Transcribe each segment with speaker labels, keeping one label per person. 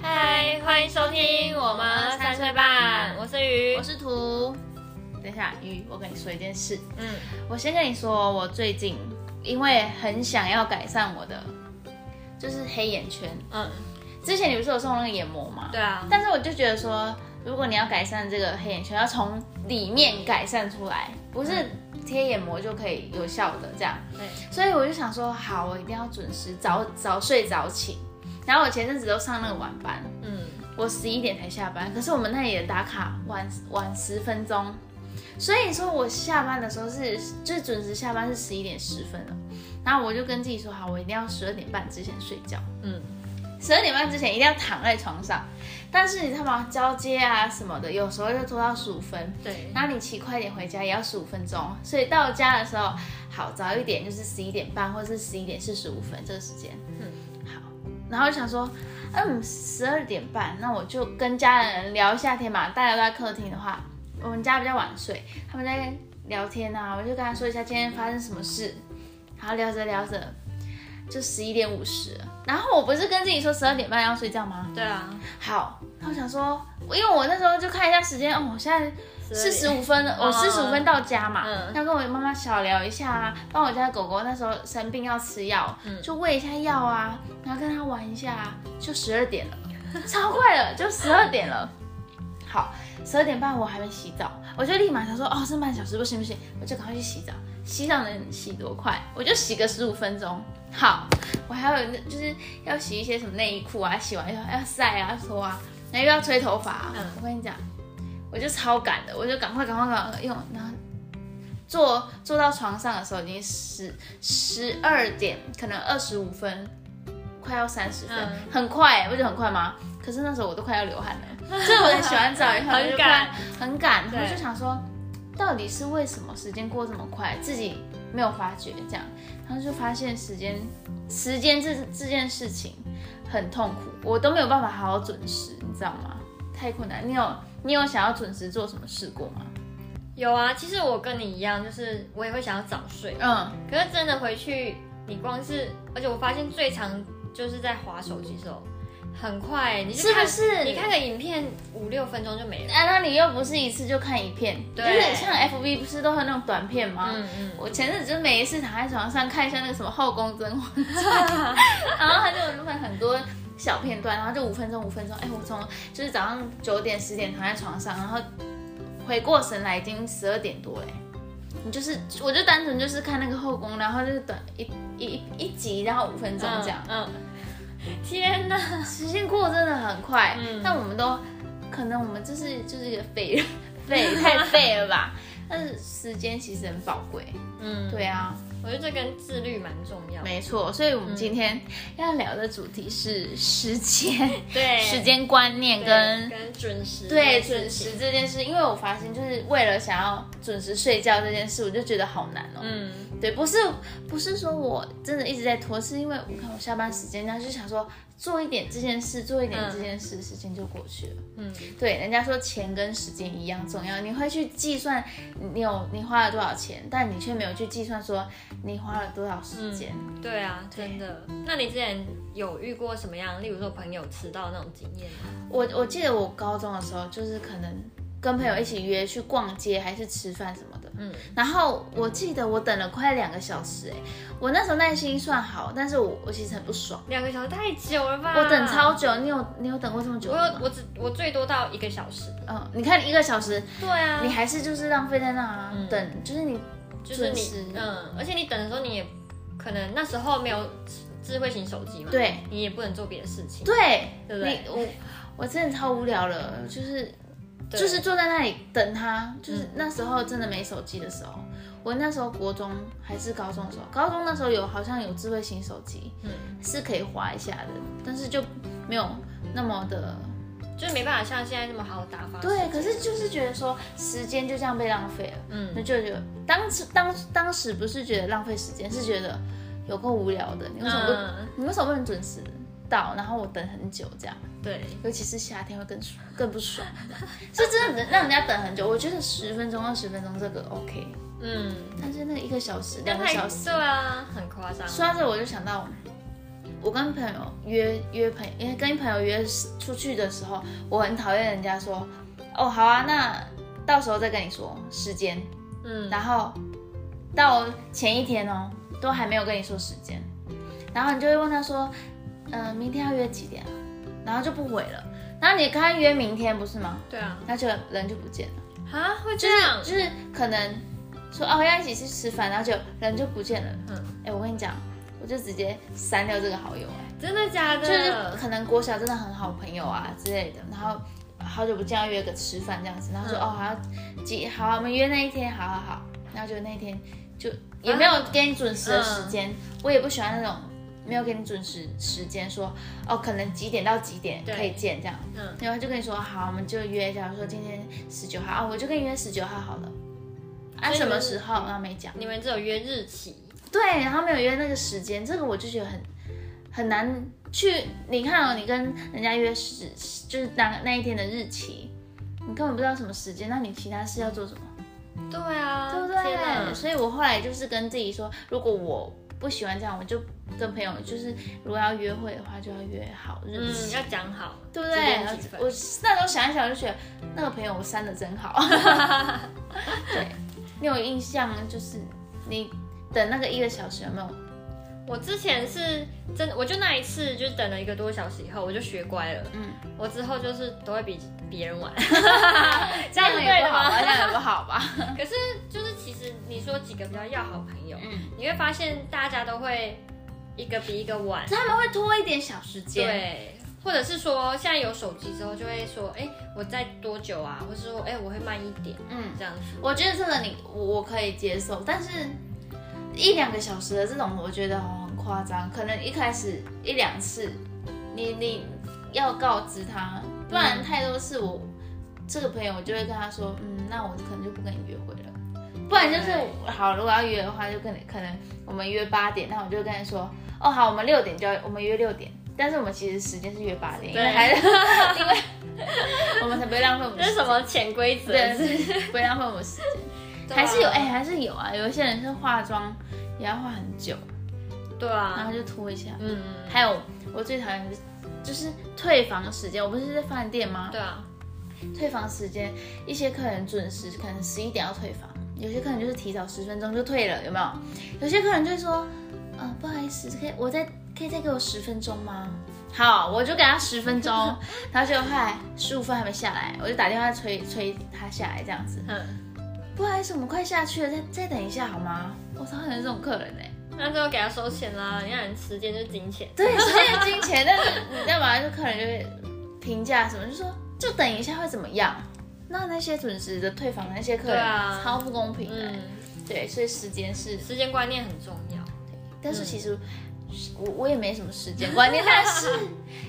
Speaker 1: 欢迎收听我们三岁半，我是鱼，
Speaker 2: 我是图。等一下，鱼，我跟你说一件事。
Speaker 1: 嗯，
Speaker 2: 我先跟你说，我最近因为很想要改善我的就是黑眼圈。
Speaker 1: 嗯，
Speaker 2: 之前你不是有送那个眼膜吗？
Speaker 1: 对。啊，
Speaker 2: 但是我就觉得说，如果你要改善这个黑眼圈，要从里面改善出来，不是
Speaker 1: 嗯
Speaker 2: 贴眼膜就可以有效的这样。
Speaker 1: 对，
Speaker 2: 所以我就想说，好，我一定要准时早早睡早起。然后我前阵子都上那个晚班，
Speaker 1: 嗯，
Speaker 2: 我十一点才下班，可是我们那里的打卡晚晚十分钟，所以说我下班的时候是就是准时下班是十一点十分了，然后我就跟自己说好，我一定要十二点半之前睡觉，
Speaker 1: 嗯，
Speaker 2: 十二点半之前一定要躺在床上，但是你看嘛，交接啊什么的，有时候就拖到十五分，
Speaker 1: 对，
Speaker 2: 那你骑快点回家也要十五分钟，所以到家的时候，好早一点就是十一点半或是十一点四十五分这个时间。
Speaker 1: 嗯
Speaker 2: 嗯，好，然后就想说，嗯，十二点半，那我就跟家人聊一下天嘛。大家都在客厅的话，我们家比较晚睡，他们在聊天啊，我就跟他说一下今天发生什么事。然后聊着聊着，就十一点五十了。然后我不是跟自己说十二点半要睡觉吗？
Speaker 1: 对啊，
Speaker 2: 好，那我想说，因为我那时候就看一下时间，哦，我现在四十五分了，我四十五分到家嘛，
Speaker 1: 嗯
Speaker 2: 要跟我妈妈小聊一下啊，帮我家狗狗那时候生病要吃药，就喂一下药啊，然后跟它玩一下啊，就十二点了， 超快了，就十二点了。好，十二点半我还没洗澡，我就立马想说，哦，剩半小时不行不行，我就赶快去洗澡。洗澡能洗多快？我就洗个十五分钟。好，我还有那就是要洗一些什么内衣裤啊，洗完以后要晒啊、脱啊，然后又要吹头发、啊。
Speaker 1: 嗯
Speaker 2: 我跟你讲，我就超赶的，我就赶快赶快赶快用，然后坐坐到床上的时候已经十十二点，可能二十五分，快要三十分，
Speaker 1: 嗯
Speaker 2: 很快、欸，不觉得很快吗？可是那时候我都快要流汗 了，所以我很喜欢澡以后
Speaker 1: 很
Speaker 2: 就
Speaker 1: 赶
Speaker 2: 快很赶，
Speaker 1: 对
Speaker 2: 我就想说，到底是为什么时间过这么快，自己没有发觉这样，然后就发现时间时间这这件事情很痛苦，我都没有办法好好准时，你知道吗？太困难。你有你有想要准时做什么事过吗？
Speaker 1: 有啊，其实我跟你一样，就是我也会想要早睡，
Speaker 2: 嗯，
Speaker 1: 可是真的回去，你光是，而且我发现最常就是在划手机的时候，很快、你就是看
Speaker 2: 不是？
Speaker 1: 你看个影片五六分钟就没了，
Speaker 2: 啊，那你又不是一次就看一片，就
Speaker 1: 对
Speaker 2: 是像 FB 不是都会有那种短片吗？
Speaker 1: 嗯嗯，
Speaker 2: 我前阵子就每一次躺在床上看一下那个什么《后宫甄嬛传》， 然后他就录了很多小片段，然后就五分钟五分钟。哎，我从就是早上九点十点躺在床上，然后回过神来已经十二点多嘞。欸你就是，我就单纯就是看那个后宫，然后就是短一一一一集，然后五分钟这样。
Speaker 1: 嗯，嗯天哪，
Speaker 2: 时间过得真的很快，
Speaker 1: 嗯
Speaker 2: 但我们都可能我们就是就是一个废人，废太废了吧？但是时间其实很宝贵，
Speaker 1: 嗯，
Speaker 2: 对啊，
Speaker 1: 我觉得这跟自律蛮重要的，
Speaker 2: 没错。所以我们今
Speaker 1: 嗯
Speaker 2: 天要聊的主题是 时间、
Speaker 1: 对，
Speaker 2: 时间观念
Speaker 1: 对
Speaker 2: 跟。
Speaker 1: 跟准时
Speaker 2: 对
Speaker 1: 这
Speaker 2: 准
Speaker 1: 件事情
Speaker 2: 时这件事，因为我发现就是为了想要准时睡觉这件事，我就觉得好难哦。
Speaker 1: 嗯，
Speaker 2: 对，不是不是说我真的一直在拖，是因为我看我下班时间，然后就想说做一点这件事，做一点这件事，时间就过去了。
Speaker 1: 嗯，
Speaker 2: 对，人家说钱跟时间一样重要，你会去计算你有你花了多少钱，但你却没有去计算说你花了多少时间。
Speaker 1: 对啊，真的。那你之前有遇过什么样，例如说朋友迟到那种经验吗？
Speaker 2: 我我记得我高中的时候，就是可能跟朋友一起约去逛街还是吃饭什么的，
Speaker 1: 嗯
Speaker 2: 然后我记得我等了快两个小时、哎，我那时候耐心算好，但是我我其实很不爽。
Speaker 1: 两个小时太久了吧？
Speaker 2: 我等超，久，你有你有等过这么久
Speaker 1: 啊我
Speaker 2: 吗？
Speaker 1: 有我只我最多到一个小时。
Speaker 2: 嗯，你看一个小时，
Speaker 1: 对啊，
Speaker 2: 你还是就是浪费在那啊，
Speaker 1: 嗯
Speaker 2: 等就是你
Speaker 1: 就是
Speaker 2: 准时
Speaker 1: 你嗯，而且你等的时候你也可能那时候没有智慧型手机嘛，，
Speaker 2: 对
Speaker 1: 你也不能做别的事情，
Speaker 2: 对，
Speaker 1: 对不对
Speaker 2: 你我我真的超无聊了，就是
Speaker 1: 对
Speaker 2: 就是坐在那里等他，就是
Speaker 1: 嗯
Speaker 2: 那时候真的没手机的时候，我那时候国中还是高中的时候，高中那时候有好像有智慧型手机
Speaker 1: 嗯，
Speaker 2: 是可以滑一下的，但是就没有那么的
Speaker 1: 就是没办法像现在这么好好打发。
Speaker 2: 对，可是就是觉得说时间就这样被浪费了。那
Speaker 1: 嗯，
Speaker 2: 就觉得当时当当时不是觉得浪费时间，是觉得有够无聊的。你为什么不、
Speaker 1: 嗯
Speaker 2: 你为什么不能准时到？然后我等很久这样，
Speaker 1: 对，
Speaker 2: 尤其是夏天会更爽更不爽， 是真的让人家等很久。我觉得十分钟二十分钟这个 OK，
Speaker 1: 嗯，
Speaker 2: 但是那个一个小时两个
Speaker 1: 太
Speaker 2: 小时，
Speaker 1: 对啊，很夸张。
Speaker 2: 说到这我就想到我跟朋友约约朋因为跟朋友约出去的时候，我很讨厌人家说，哦，好啊，那到时候再跟你说时间，
Speaker 1: 嗯，
Speaker 2: 然后到前一天哦，都还没有跟你说时间，然后你就会问他说，呃，明天要约几点啊？然后就不回了，然后你跟他约明天不是吗？
Speaker 1: 对啊，
Speaker 2: 他就人就不见了，
Speaker 1: 啊，会这
Speaker 2: 就
Speaker 1: 样，
Speaker 2: 是就是可能说哦要一起去吃饭，然后就人就不见了。
Speaker 1: 嗯，
Speaker 2: 哎、我跟你讲，我就直接删掉这个好友、哎，
Speaker 1: 真的假的？
Speaker 2: 就是可能国小真的很好朋友啊之类的，然后好久不见要约个吃饭这样子，然后说、
Speaker 1: 嗯
Speaker 2: 哦好要几好啊，我们约那一天，好好好，然后就那一天就也没有给你准时的时
Speaker 1: 嗯
Speaker 2: 间，我也不喜欢那种。没有给你准时时间说哦，可能几点到几点
Speaker 1: 对
Speaker 2: 可以见这样，
Speaker 1: 嗯，
Speaker 2: 然后他就跟你说好，我们就约，假如说今天十九号啊，我就跟你约十九号好了。
Speaker 1: 所
Speaker 2: 按、
Speaker 1: 以
Speaker 2: 什
Speaker 1: 你
Speaker 2: 么
Speaker 1: 们
Speaker 2: 时候？然后没讲。
Speaker 1: 你们只有约日期，
Speaker 2: 对，然后没有约那个时间，这个我就觉得很很难去。你看哦，你跟人家约时，就是那那一天的日期，你根本不知道什么时间，那你其他事要做什么？
Speaker 1: 对啊，
Speaker 2: 对不
Speaker 1: 天哪
Speaker 2: 对？所以我后来就是跟自己说，如果我不喜欢这样，我就跟朋友，就是如果要约会的话，就要约好日
Speaker 1: 嗯，
Speaker 2: 期。
Speaker 1: 要讲好，
Speaker 2: 对不
Speaker 1: 几
Speaker 2: 对
Speaker 1: 点几？分
Speaker 2: 我那时候想一想，我就觉得那个朋友我删的真好。对，你有印象就是你等那个一个小时有没有？
Speaker 1: 我之前是真的，我就那一次就等了一个多小时以后，我就学乖了。
Speaker 2: 嗯
Speaker 1: 嗯，我之后就是都会比别人晚，
Speaker 2: 这
Speaker 1: 这
Speaker 2: 样
Speaker 1: 样是
Speaker 2: 也
Speaker 1: 对的
Speaker 2: 不好吧？
Speaker 1: 吗
Speaker 2: 这？样 也不好吧？
Speaker 1: 可是就是其实你说几个比较要好朋友，
Speaker 2: 嗯，
Speaker 1: 你会发现大家都会一个比一个晚，
Speaker 2: 他们会拖一点小时间。，
Speaker 1: 对。或者是说，现在有手机之后，就会说，哎、我在多久啊？或是说，哎、我会慢一点，
Speaker 2: 嗯，
Speaker 1: 这样子。
Speaker 2: 我觉得这个你我我可以接受，但是一两个小时的这种，我觉得哦很夸张。可能一开始一两次，你你要告知他，不然太多次我这个朋友我就会跟他说，嗯，那我可能就不跟你约会了。不然就是好，如果要约的话，就跟你可能我们约八点，那我就跟你说，哦好，我们六点就要，我们约六点，但是我们其实时间是约八点，因为
Speaker 1: 对
Speaker 2: 还是因为我们才不会浪费我们的
Speaker 1: 这
Speaker 2: 时
Speaker 1: 是
Speaker 2: 间
Speaker 1: 什么潜规则？
Speaker 2: 对，是不会浪费我们时间。
Speaker 1: 对啊
Speaker 2: 还是有哎、还是有啊，有一些人是化妆也要化很久，
Speaker 1: 对
Speaker 2: 然
Speaker 1: 啊
Speaker 2: 后，就拖一下。
Speaker 1: 嗯，
Speaker 2: 还有我最讨厌的是就是退房时间，我不是在饭店吗？
Speaker 1: 对啊，
Speaker 2: 退房时间，一些客人准时，可能十一点要退房，有些客人就是提早十分钟就退了，有没有？有些客人就会说，呃，不好意思，可以我再可以再给我十分钟吗？好，我就给他十分钟，然后结果后来十五分还没下来，我就打电话催催他下来这样子。
Speaker 1: 嗯，
Speaker 2: 不好意思，我们快下去了，再再等一下好吗？我超讨厌这种客人哎、
Speaker 1: 那最后给他收钱啦。你看，时间就是金钱。
Speaker 2: 对，时间是金钱，但是 你知道吗？就客人就会评价什么，就说就等一下会怎么样？那那些准时的退房的那些客人、
Speaker 1: 对啊
Speaker 2: 超不公平的、
Speaker 1: 嗯，
Speaker 2: 对，所以时间是，
Speaker 1: 时间观念很重要。
Speaker 2: 但是其实我我也没什么时间观念，但是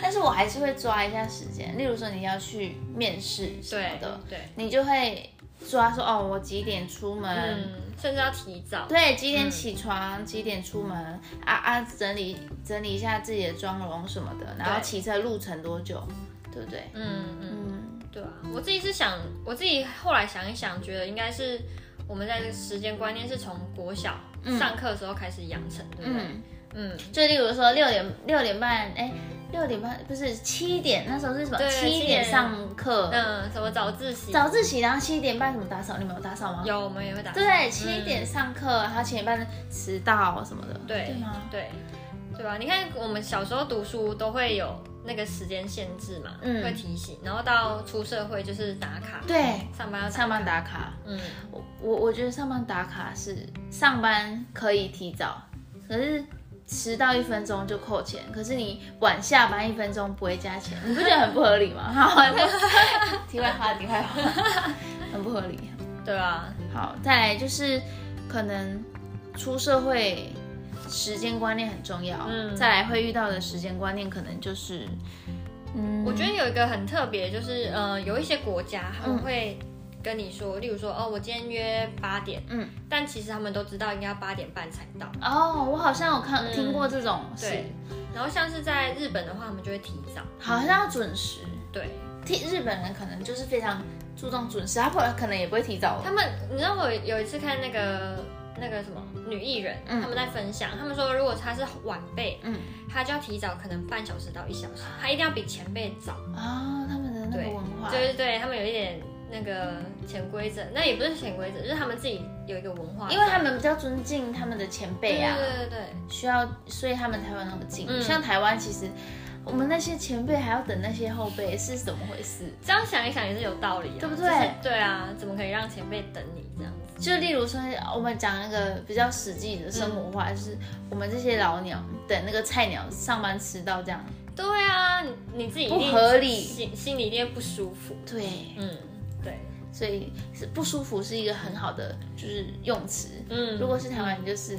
Speaker 2: 但是我还是会抓一下时间。例如说你要去面试什么
Speaker 1: 对
Speaker 2: 的，
Speaker 1: 对，
Speaker 2: 你就会抓说哦，我几点出门。
Speaker 1: 嗯，甚至要提早。
Speaker 2: 对，哎几
Speaker 1: 嗯
Speaker 2: 点起床，几点出门啊啊，整理整理一下自己的妆容什么的，然后
Speaker 1: 对
Speaker 2: 骑车路程多久，对不对？
Speaker 1: 嗯嗯，
Speaker 2: 嗯，
Speaker 1: 对啊，我自己是想，我自己后来想一想，觉得应该是我们在这个时间观念是从国小上课的时候开始养成，对不对？
Speaker 2: 嗯，
Speaker 1: 嗯，
Speaker 2: 就例如说六点六点半，哎，六点半不是七点，那时候是什么？
Speaker 1: 对
Speaker 2: 七
Speaker 1: 七
Speaker 2: 点
Speaker 1: 点
Speaker 2: 上课，
Speaker 1: 嗯，什么早自习？
Speaker 2: 早自习，然后七点半什么打扫，你们有打扫吗？
Speaker 1: 有，嗯我们也会打。
Speaker 2: 对，七点上课，然后七点半迟到什么的，
Speaker 1: 对
Speaker 2: 对吗？
Speaker 1: 对对啊吧？你看我们小时候读书都会有那个时间限制嘛，
Speaker 2: 嗯
Speaker 1: 会提醒，然后到出社会就是打卡，
Speaker 2: 对，
Speaker 1: 上班要打
Speaker 2: 上班打卡，
Speaker 1: 嗯，
Speaker 2: 我我我觉得上班打卡是上班可以提早，可是迟到一分钟就扣钱，可是你晚下班一分钟不会加钱，你不觉得很不合理吗？好， 题外话，题外话， 很不合理。
Speaker 1: 对啊，
Speaker 2: 好，再来就是可能出社会时间观念很重要，
Speaker 1: 嗯
Speaker 2: 再来会遇到的时间观念可能就是，嗯，
Speaker 1: 我觉得有一个很特别，就是呃，有一些国家
Speaker 2: 嗯
Speaker 1: 他们会跟你说，例如说哦，我今天约八点，
Speaker 2: 嗯
Speaker 1: 嗯，但其实他们都知道应该要八点半才到。
Speaker 2: 哦，我好像有看、
Speaker 1: 嗯
Speaker 2: 听过这种事
Speaker 1: 对，，然后像是在日本的话，他们就会提早。
Speaker 2: 好像要准时。
Speaker 1: 对
Speaker 2: 替日本人可能就是非常注重准时，他不可能也不会提早。
Speaker 1: 他们，你知道我有一次看那个那个什么女艺人，他们在分享，他们说如果他是晚辈，
Speaker 2: 嗯
Speaker 1: 他就要提早可能半小时到一小时，他一定要比前辈早，
Speaker 2: 啊、他们的那个
Speaker 1: 对
Speaker 2: 文化，
Speaker 1: 就是对他们有一点那个潜规则，那也不是潜规则，就是他们自己有一个文化在，
Speaker 2: 因为他们比较尊敬他们的前辈啊，
Speaker 1: 对对对对
Speaker 2: 需要，所以他们才有那么近。
Speaker 1: 嗯
Speaker 2: 像台湾其实。我们那些前辈还要等那些后辈是怎么回事？
Speaker 1: 这样想一想也是有道理、啊，
Speaker 2: 对不对
Speaker 1: 就是对啊，怎么可以让前辈等你这样子？
Speaker 2: 就例如说，我们讲那个比较实际的生活化，就是我们这些老鸟等那个菜鸟上班迟到这样。
Speaker 1: 对啊，你你自己一定
Speaker 2: 不合理
Speaker 1: 心心里一定会不舒服。
Speaker 2: 对，
Speaker 1: 嗯，对，
Speaker 2: 所以是不舒服是一个很好的就是用词。
Speaker 1: 嗯，
Speaker 2: 如果是台湾，就是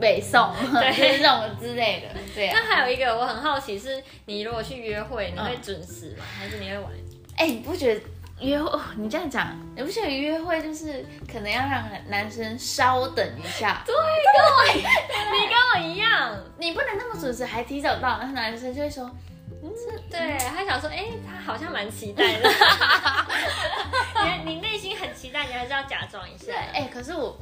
Speaker 2: 北 宋，就是这种之类的。对啊，
Speaker 1: 那还有一个我很好奇是，你如果去约会，你会准时吗？还是你会晚？
Speaker 2: 哎、你不觉得约会？哦你这样讲，你不觉得约会就是可能要让男生稍等一下？
Speaker 1: 你跟我一样，
Speaker 2: 你不能那么准时还提早到，然后男生就会说
Speaker 1: 对，他想说，哎、他好像蛮期待的。 你你内心很期待，你还是要假装一下
Speaker 2: 对，。哎、可是我，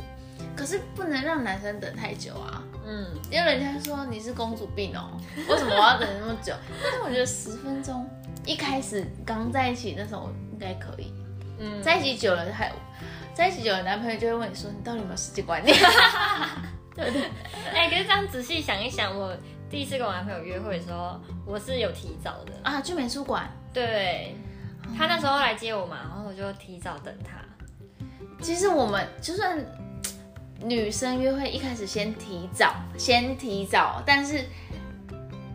Speaker 2: 可是不能让男生等太久啊，
Speaker 1: 嗯，
Speaker 2: 因为人家说你是公主病哦，为什么我要等那么久？ 但是我觉得十分钟，一开始刚在一起那时候应该可以，
Speaker 1: 嗯
Speaker 2: 在一起久了还在一起久了，男朋友就会问你说你到底有没有时间观念？
Speaker 1: 哎、可是这样仔细想一想，我第一次跟我男朋友约会的时候，我是有提早的。
Speaker 2: 啊，去美术馆，
Speaker 1: 对，他那时候来接我嘛，然后我就提早等他。
Speaker 2: 其实我们就算嘖女生约会一开始先提早，先提早，但是。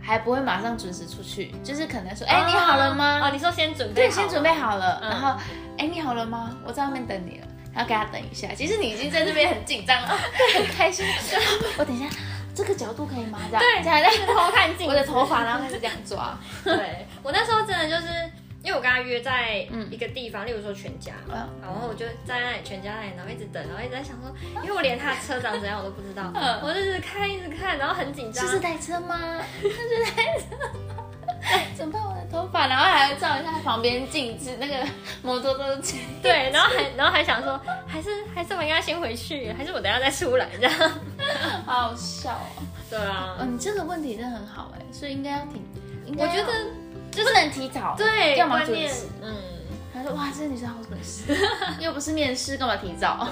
Speaker 2: 还不会马上准时出去，就是可能说，哎、你好了吗？
Speaker 1: 哦，你说先准备
Speaker 2: 对，
Speaker 1: 好了，
Speaker 2: 先准备好了，
Speaker 1: 嗯
Speaker 2: 然后，哎，你好了吗？我在外面等你了，然后给他等一下。其实你已经在这边很紧张 了，很开心。我等一下，这个角度可以吗？这样，
Speaker 1: 对
Speaker 2: 这样这样
Speaker 1: 偷看镜子
Speaker 2: 我的头发，然后开始这样抓。
Speaker 1: 对我那时候真的就是，因为我跟他约在一个地方，例如说全家，
Speaker 2: 嗯
Speaker 1: 然后我就在那里全家那里，然后一直等，然后一直在想说，因为我连他的车长怎样我都不知道，
Speaker 2: 嗯
Speaker 1: 我就一直看一直看，然后很紧张啊
Speaker 2: 是。是台车吗？是是台车。怎么办？我的头发，然后还要照一下旁边镜子，那个 摩托车镜。
Speaker 1: 对，然后还然后还想说，还是还是我应该先回去，还是我等一下再出来这样。
Speaker 2: 好好笑哦。
Speaker 1: 对啊，
Speaker 2: 嗯，你这个问题真的很好哎，所以应该要挺，应该
Speaker 1: 我
Speaker 2: 要
Speaker 1: 觉得
Speaker 2: 就不能提早，
Speaker 1: 对
Speaker 2: 要么
Speaker 1: 观
Speaker 2: 准
Speaker 1: 念
Speaker 2: 时。，
Speaker 1: 嗯。
Speaker 2: 他说：“哇，这女生好 准时，又不是面试，干嘛提早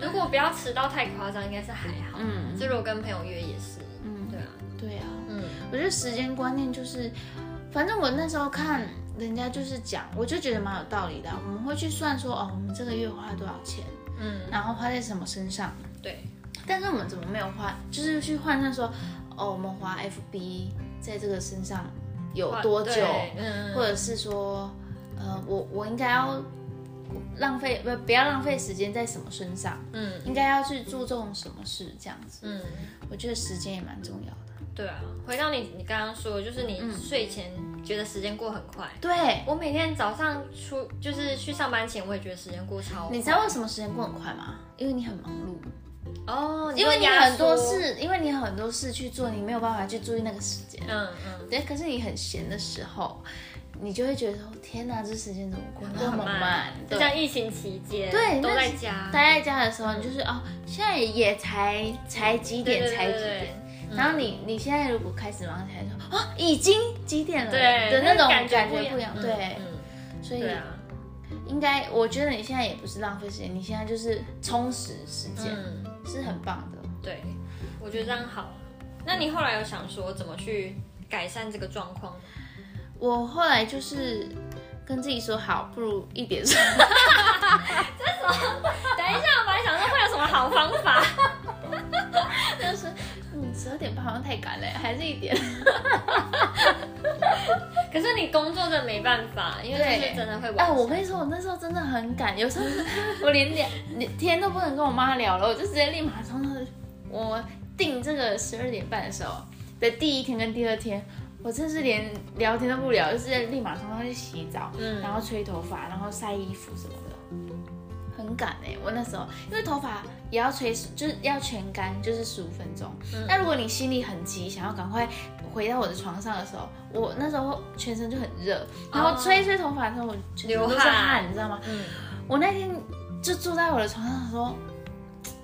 Speaker 1: 如果不要迟到太夸张，应该是还好。？”
Speaker 2: 嗯
Speaker 1: 就如果跟朋友约也是，
Speaker 2: 嗯，
Speaker 1: 对啊，
Speaker 2: 对啊，
Speaker 1: 嗯
Speaker 2: 我觉得时间观念就是，反正我那时候看人家就是讲，我就觉得蛮有道理的。啊我们会去算说，哦，我们这个月花多少钱，
Speaker 1: 嗯，
Speaker 2: 然后花在什么身上，
Speaker 1: 对，
Speaker 2: 但是我们怎么没有花，就是去换算说，哦，我们花 FB 在这个身上有多久，
Speaker 1: 对嗯，
Speaker 2: 或者是说，呃，我我应该要浪费不不要浪费时间在什么身上。
Speaker 1: 嗯
Speaker 2: 应该要去注重什么事这样子。
Speaker 1: 嗯，
Speaker 2: 我觉得时间也蛮重要的。
Speaker 1: 对啊。回到你你刚刚说，就是你
Speaker 2: 嗯
Speaker 1: 睡前觉得时间过很快。
Speaker 2: 对，
Speaker 1: 我每天早上出就是去上班前，我也觉得时间过超快。
Speaker 2: 你知道为什么时间过很快吗？因为你很忙碌，
Speaker 1: 哦，
Speaker 2: 因为你
Speaker 1: 说压
Speaker 2: 很多
Speaker 1: 缩，
Speaker 2: 事，因为你很多事去做，你没有办法去注意那个时间。
Speaker 1: 嗯嗯，
Speaker 2: 对，可是你很闲的时候，你就会觉得说：天哪，这时间怎么过那
Speaker 1: 很
Speaker 2: 么慢？
Speaker 1: 就
Speaker 2: 对，
Speaker 1: 像疫情期间，
Speaker 2: 对
Speaker 1: 都
Speaker 2: 那
Speaker 1: 在
Speaker 2: 是
Speaker 1: 家，
Speaker 2: 待在家的时候，你就是哦，现在也才才几
Speaker 1: 对
Speaker 2: 点，
Speaker 1: 对对
Speaker 2: 才
Speaker 1: 对
Speaker 2: 几点。
Speaker 1: 对
Speaker 2: 然后你你现在如果开始忙起来说啊，已经几点了
Speaker 1: 对
Speaker 2: 的那种
Speaker 1: 感
Speaker 2: 感觉
Speaker 1: 觉
Speaker 2: 不一样，
Speaker 1: 嗯
Speaker 2: 对，嗯
Speaker 1: 嗯，
Speaker 2: 所以
Speaker 1: 对啊，
Speaker 2: 应该，我觉得你现在也不是浪费时间，你现在就是充实时间，
Speaker 1: 嗯。
Speaker 2: 是很棒的。
Speaker 1: 对，我觉得这样好。啊那你后来有想说怎么去改善这个状况吗？
Speaker 2: 我后来就是跟自己说，好，不如一 点睡。
Speaker 1: 等一下，我本来想说会有什么好方法，
Speaker 2: 就是，嗯，十二点半好像太赶了，还是一点。
Speaker 1: 可是你工作真的没办法，因为就是
Speaker 2: 对
Speaker 1: 真的会晚
Speaker 2: 哎，
Speaker 1: 上。
Speaker 2: 我跟你说，我那时候真的很赶，有时候是我连两连天都不能跟我妈聊了，我就直接立马冲上去。我定这个十二点半的时候的第一天跟第二天，我真是连聊天都不聊，就是立马冲上去洗澡，
Speaker 1: 嗯
Speaker 2: 然后吹头发，然后晒衣服什么的，很赶哎、我那时候因为头发也要吹，就是要全干，就是十五分钟。那、如果你心里很急，想要赶快回到我的床上的时候，我那时候全身就很热，然
Speaker 1: 哦
Speaker 2: 后吹一吹头发的时候，我就是
Speaker 1: 流汗
Speaker 2: 都是汗，你知道吗？
Speaker 1: 嗯，
Speaker 2: 我那天就坐在我的床上的时候，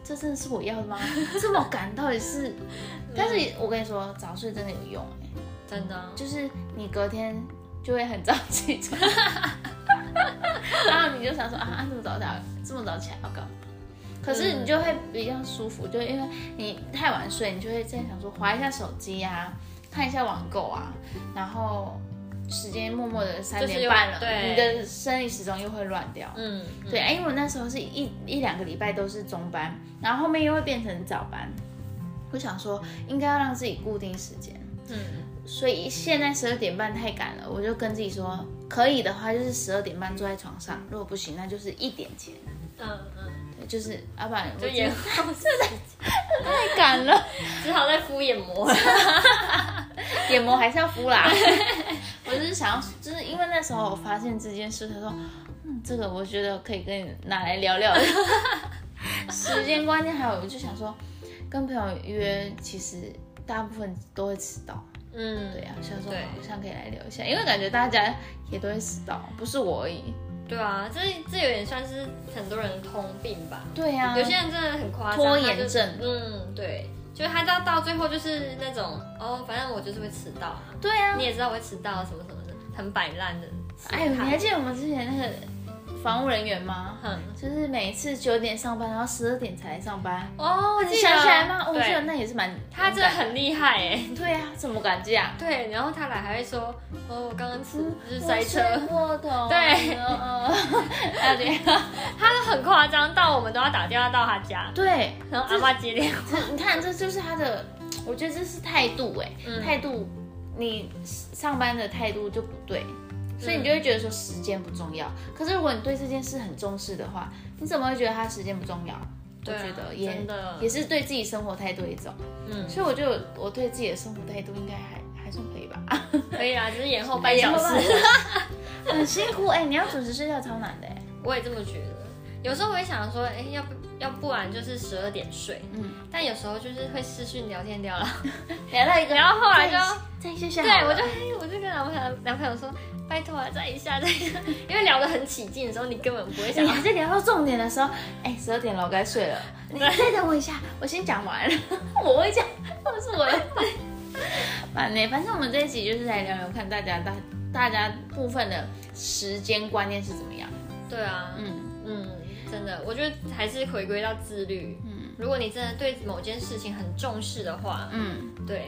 Speaker 2: 这真的是我要的吗？ 这么赶到底是？ 但
Speaker 1: 嗯
Speaker 2: 是我跟你说，早睡真的有用哎、
Speaker 1: 真的啊、
Speaker 2: 就是你隔天就会很早 起床，然后你就想说啊，这么早打，这么早起来要干嘛？可是你就会比较舒服，就因为你太晚睡，你就会在想说划一下手机啊，看一下网购啊，然后时间默默的三
Speaker 1: 就是
Speaker 2: 点
Speaker 1: 又
Speaker 2: 半了，
Speaker 1: 对
Speaker 2: 你的生理时钟又会乱掉。
Speaker 1: 嗯，嗯
Speaker 2: 对，哎因为我那时候是一一两个礼拜都是中班，然后后面又会变成早班。我想说，应该要让自己固定时间，
Speaker 1: 嗯，
Speaker 2: 所以现在十二点半太赶了，我就跟自己说，可以的话就是十二点半坐在床上，如果不行，那就是一点前，
Speaker 1: 嗯嗯，
Speaker 2: 对，就是啊要不然我
Speaker 1: 就
Speaker 2: 真
Speaker 1: 演
Speaker 2: 的
Speaker 1: 后自己，
Speaker 2: 太赶了，
Speaker 1: 只好在敷眼 膜。
Speaker 2: 眼膜还是要敷啦。 我就是想要，就是因为那时候我发现这件事，他说，嗯，这个我觉得可以跟你拿来聊 聊。时间观念还有，我就想说，跟朋友约，其实大部分都会迟到。
Speaker 1: 嗯，
Speaker 2: 对
Speaker 1: 对
Speaker 2: 啊，想说
Speaker 1: 对
Speaker 2: 好像可以来聊一下，因为感觉大家也都会迟到，不是我而已。
Speaker 1: 对啊，这这有点算是很多人的通病吧。
Speaker 2: 对啊，
Speaker 1: 有些人真的很夸张，
Speaker 2: 拖
Speaker 1: 他
Speaker 2: 延
Speaker 1: 就
Speaker 2: 症。
Speaker 1: 嗯，对，就是他到到最后就是那种哦，反正我就是会迟到啊，
Speaker 2: 对啊
Speaker 1: 你，也知道我会迟到啊什么什么的，很摆烂的。
Speaker 2: 哎呦，你还记得我们之前那个房务人员吗？
Speaker 1: 很
Speaker 2: 就是每次九点上班，然后十二点才来上班。
Speaker 1: 哦，我
Speaker 2: 你
Speaker 1: 记得
Speaker 2: 想起来吗？哦我觉
Speaker 1: 对，
Speaker 2: 得那也是蛮，
Speaker 1: 他真的很厉害哎。
Speaker 2: 对啊，怎么敢这样？
Speaker 1: 对，然后他来还会说，哦，我刚刚吃就是塞
Speaker 2: 我
Speaker 1: 车，
Speaker 2: 睡过头，
Speaker 1: 对
Speaker 2: 嗯，要这样，
Speaker 1: 他都很夸张，到我们都要打电话到他家，
Speaker 2: 对，
Speaker 1: 然后阿妈接电话。
Speaker 2: 这你看，这就是他的，我觉得这是态度，哎，
Speaker 1: 嗯
Speaker 2: 态度，你上班的态度就不对，所以你就会觉得说时间不重要。可是如果你对这件事很重视的话，你怎么会觉得他时间不重要？我
Speaker 1: 对啊
Speaker 2: 觉得也
Speaker 1: 真的
Speaker 2: 也是对自己生活态度的一种，
Speaker 1: 嗯，
Speaker 2: 所以我就我对自己的生活态度应该还还算可以吧。
Speaker 1: 可以啊啦，只是延后半小时。
Speaker 2: 很辛苦哎、你要准时睡觉超难的哎、
Speaker 1: 我也这么觉得。有时候我也想说，哎、要不要不然就是十二点睡，
Speaker 2: 嗯，
Speaker 1: 但有时候就是会视讯聊天聊了，
Speaker 2: 聊到一个，
Speaker 1: 然后后来就
Speaker 2: 再一下下，
Speaker 1: 对我就嘿，我就跟男朋友男朋友说，拜托啊，再一下再一下， 因为聊得很起劲的时候，你根本不会想
Speaker 2: 你
Speaker 1: 要
Speaker 2: 哎还在聊到重点的时候，哎、十二点了，我该睡了，你再等我一下，我先讲 完，我会讲，我是我的，反正反正我们这一集就是来聊聊看大家大大家部分的时间观念是怎么样，
Speaker 1: 对啊，
Speaker 2: 嗯
Speaker 1: 嗯，真的，我觉得还是回归到自律。
Speaker 2: 嗯
Speaker 1: 如果你真的对某件事情很重视的话，
Speaker 2: 嗯，
Speaker 1: 对，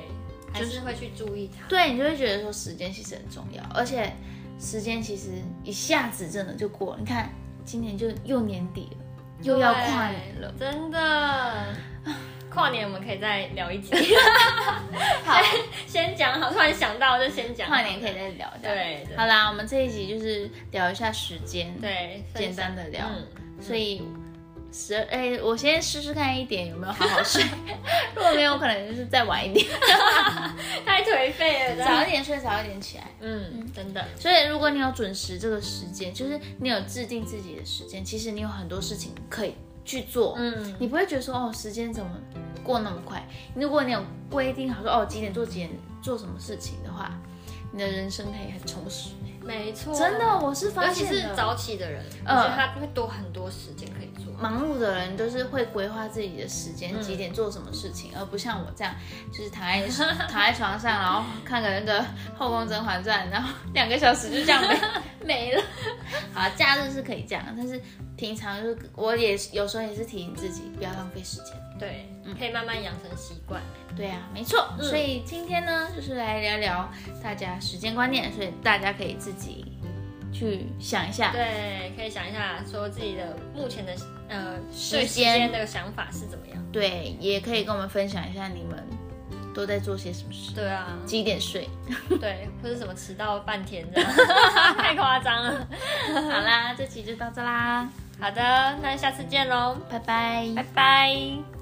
Speaker 1: 还是会去注意它。
Speaker 2: 对你就会觉得说时间其实很重要，而且时间其实一下子真的就过了，你看今年就又年底了，又要跨年 了
Speaker 1: 对。真 的。跨年我们可以再聊一集，
Speaker 2: 好，
Speaker 1: 先讲好，突然想到就先讲好。
Speaker 2: 跨年可以再聊一下。
Speaker 1: 对对
Speaker 2: 好啦，我们这一集就是聊一下时间，，
Speaker 1: 对，
Speaker 2: 简单的聊。
Speaker 1: 嗯，
Speaker 2: 所以十二，哎、我先试试看一点有没有好好睡， 如果没有，我可能就是再晚一点，
Speaker 1: 太颓废了，真
Speaker 2: 早
Speaker 1: 的
Speaker 2: 一点睡，早一点起来。
Speaker 1: 嗯，真的，
Speaker 2: 所以，如果你有准时这个时间，就是你有制定自己的时间，其实你有很多事情可以去做，
Speaker 1: 嗯，
Speaker 2: 你不会觉得说哦，时间怎么过那么快？如果你有规定好说哦几点做几点做什么事情的话，你的人生可以很充实。
Speaker 1: 没错，
Speaker 2: 真的，，我是发
Speaker 1: 尤其
Speaker 2: 现嗯
Speaker 1: 是
Speaker 2: 的
Speaker 1: 早起的人，我觉得他会多很多时间可以做。
Speaker 2: 忙碌的人就是会规划自己的时间，
Speaker 1: 嗯
Speaker 2: 几点做什么事情，而不像我这样，就是躺在躺在床上，然后看个那个《后宫甄嬛传》，然后两个小时就这样没 没了。好，假日是可以这样，但是平常就是我也有时候也是提醒自己不要浪费时间。
Speaker 1: 对，
Speaker 2: 嗯
Speaker 1: 可以慢慢养成习惯。
Speaker 2: 对啊，没错。所以今天呢，就是来聊聊大家时间观念，所以大家可以自己去想一下。
Speaker 1: 对，可以想一下，说自己的目前的呃
Speaker 2: 时
Speaker 1: 对时
Speaker 2: 间
Speaker 1: 间的想法是怎么样。
Speaker 2: 对，也可以跟我们分享一下你们都在做些什么事，
Speaker 1: 对啊，
Speaker 2: 几点睡。
Speaker 1: 对，或者什么迟到半天的， 太夸张了。
Speaker 2: 好啦，这期就到这啦，
Speaker 1: 好的，那下次见喽，
Speaker 2: 拜拜。
Speaker 1: 拜拜。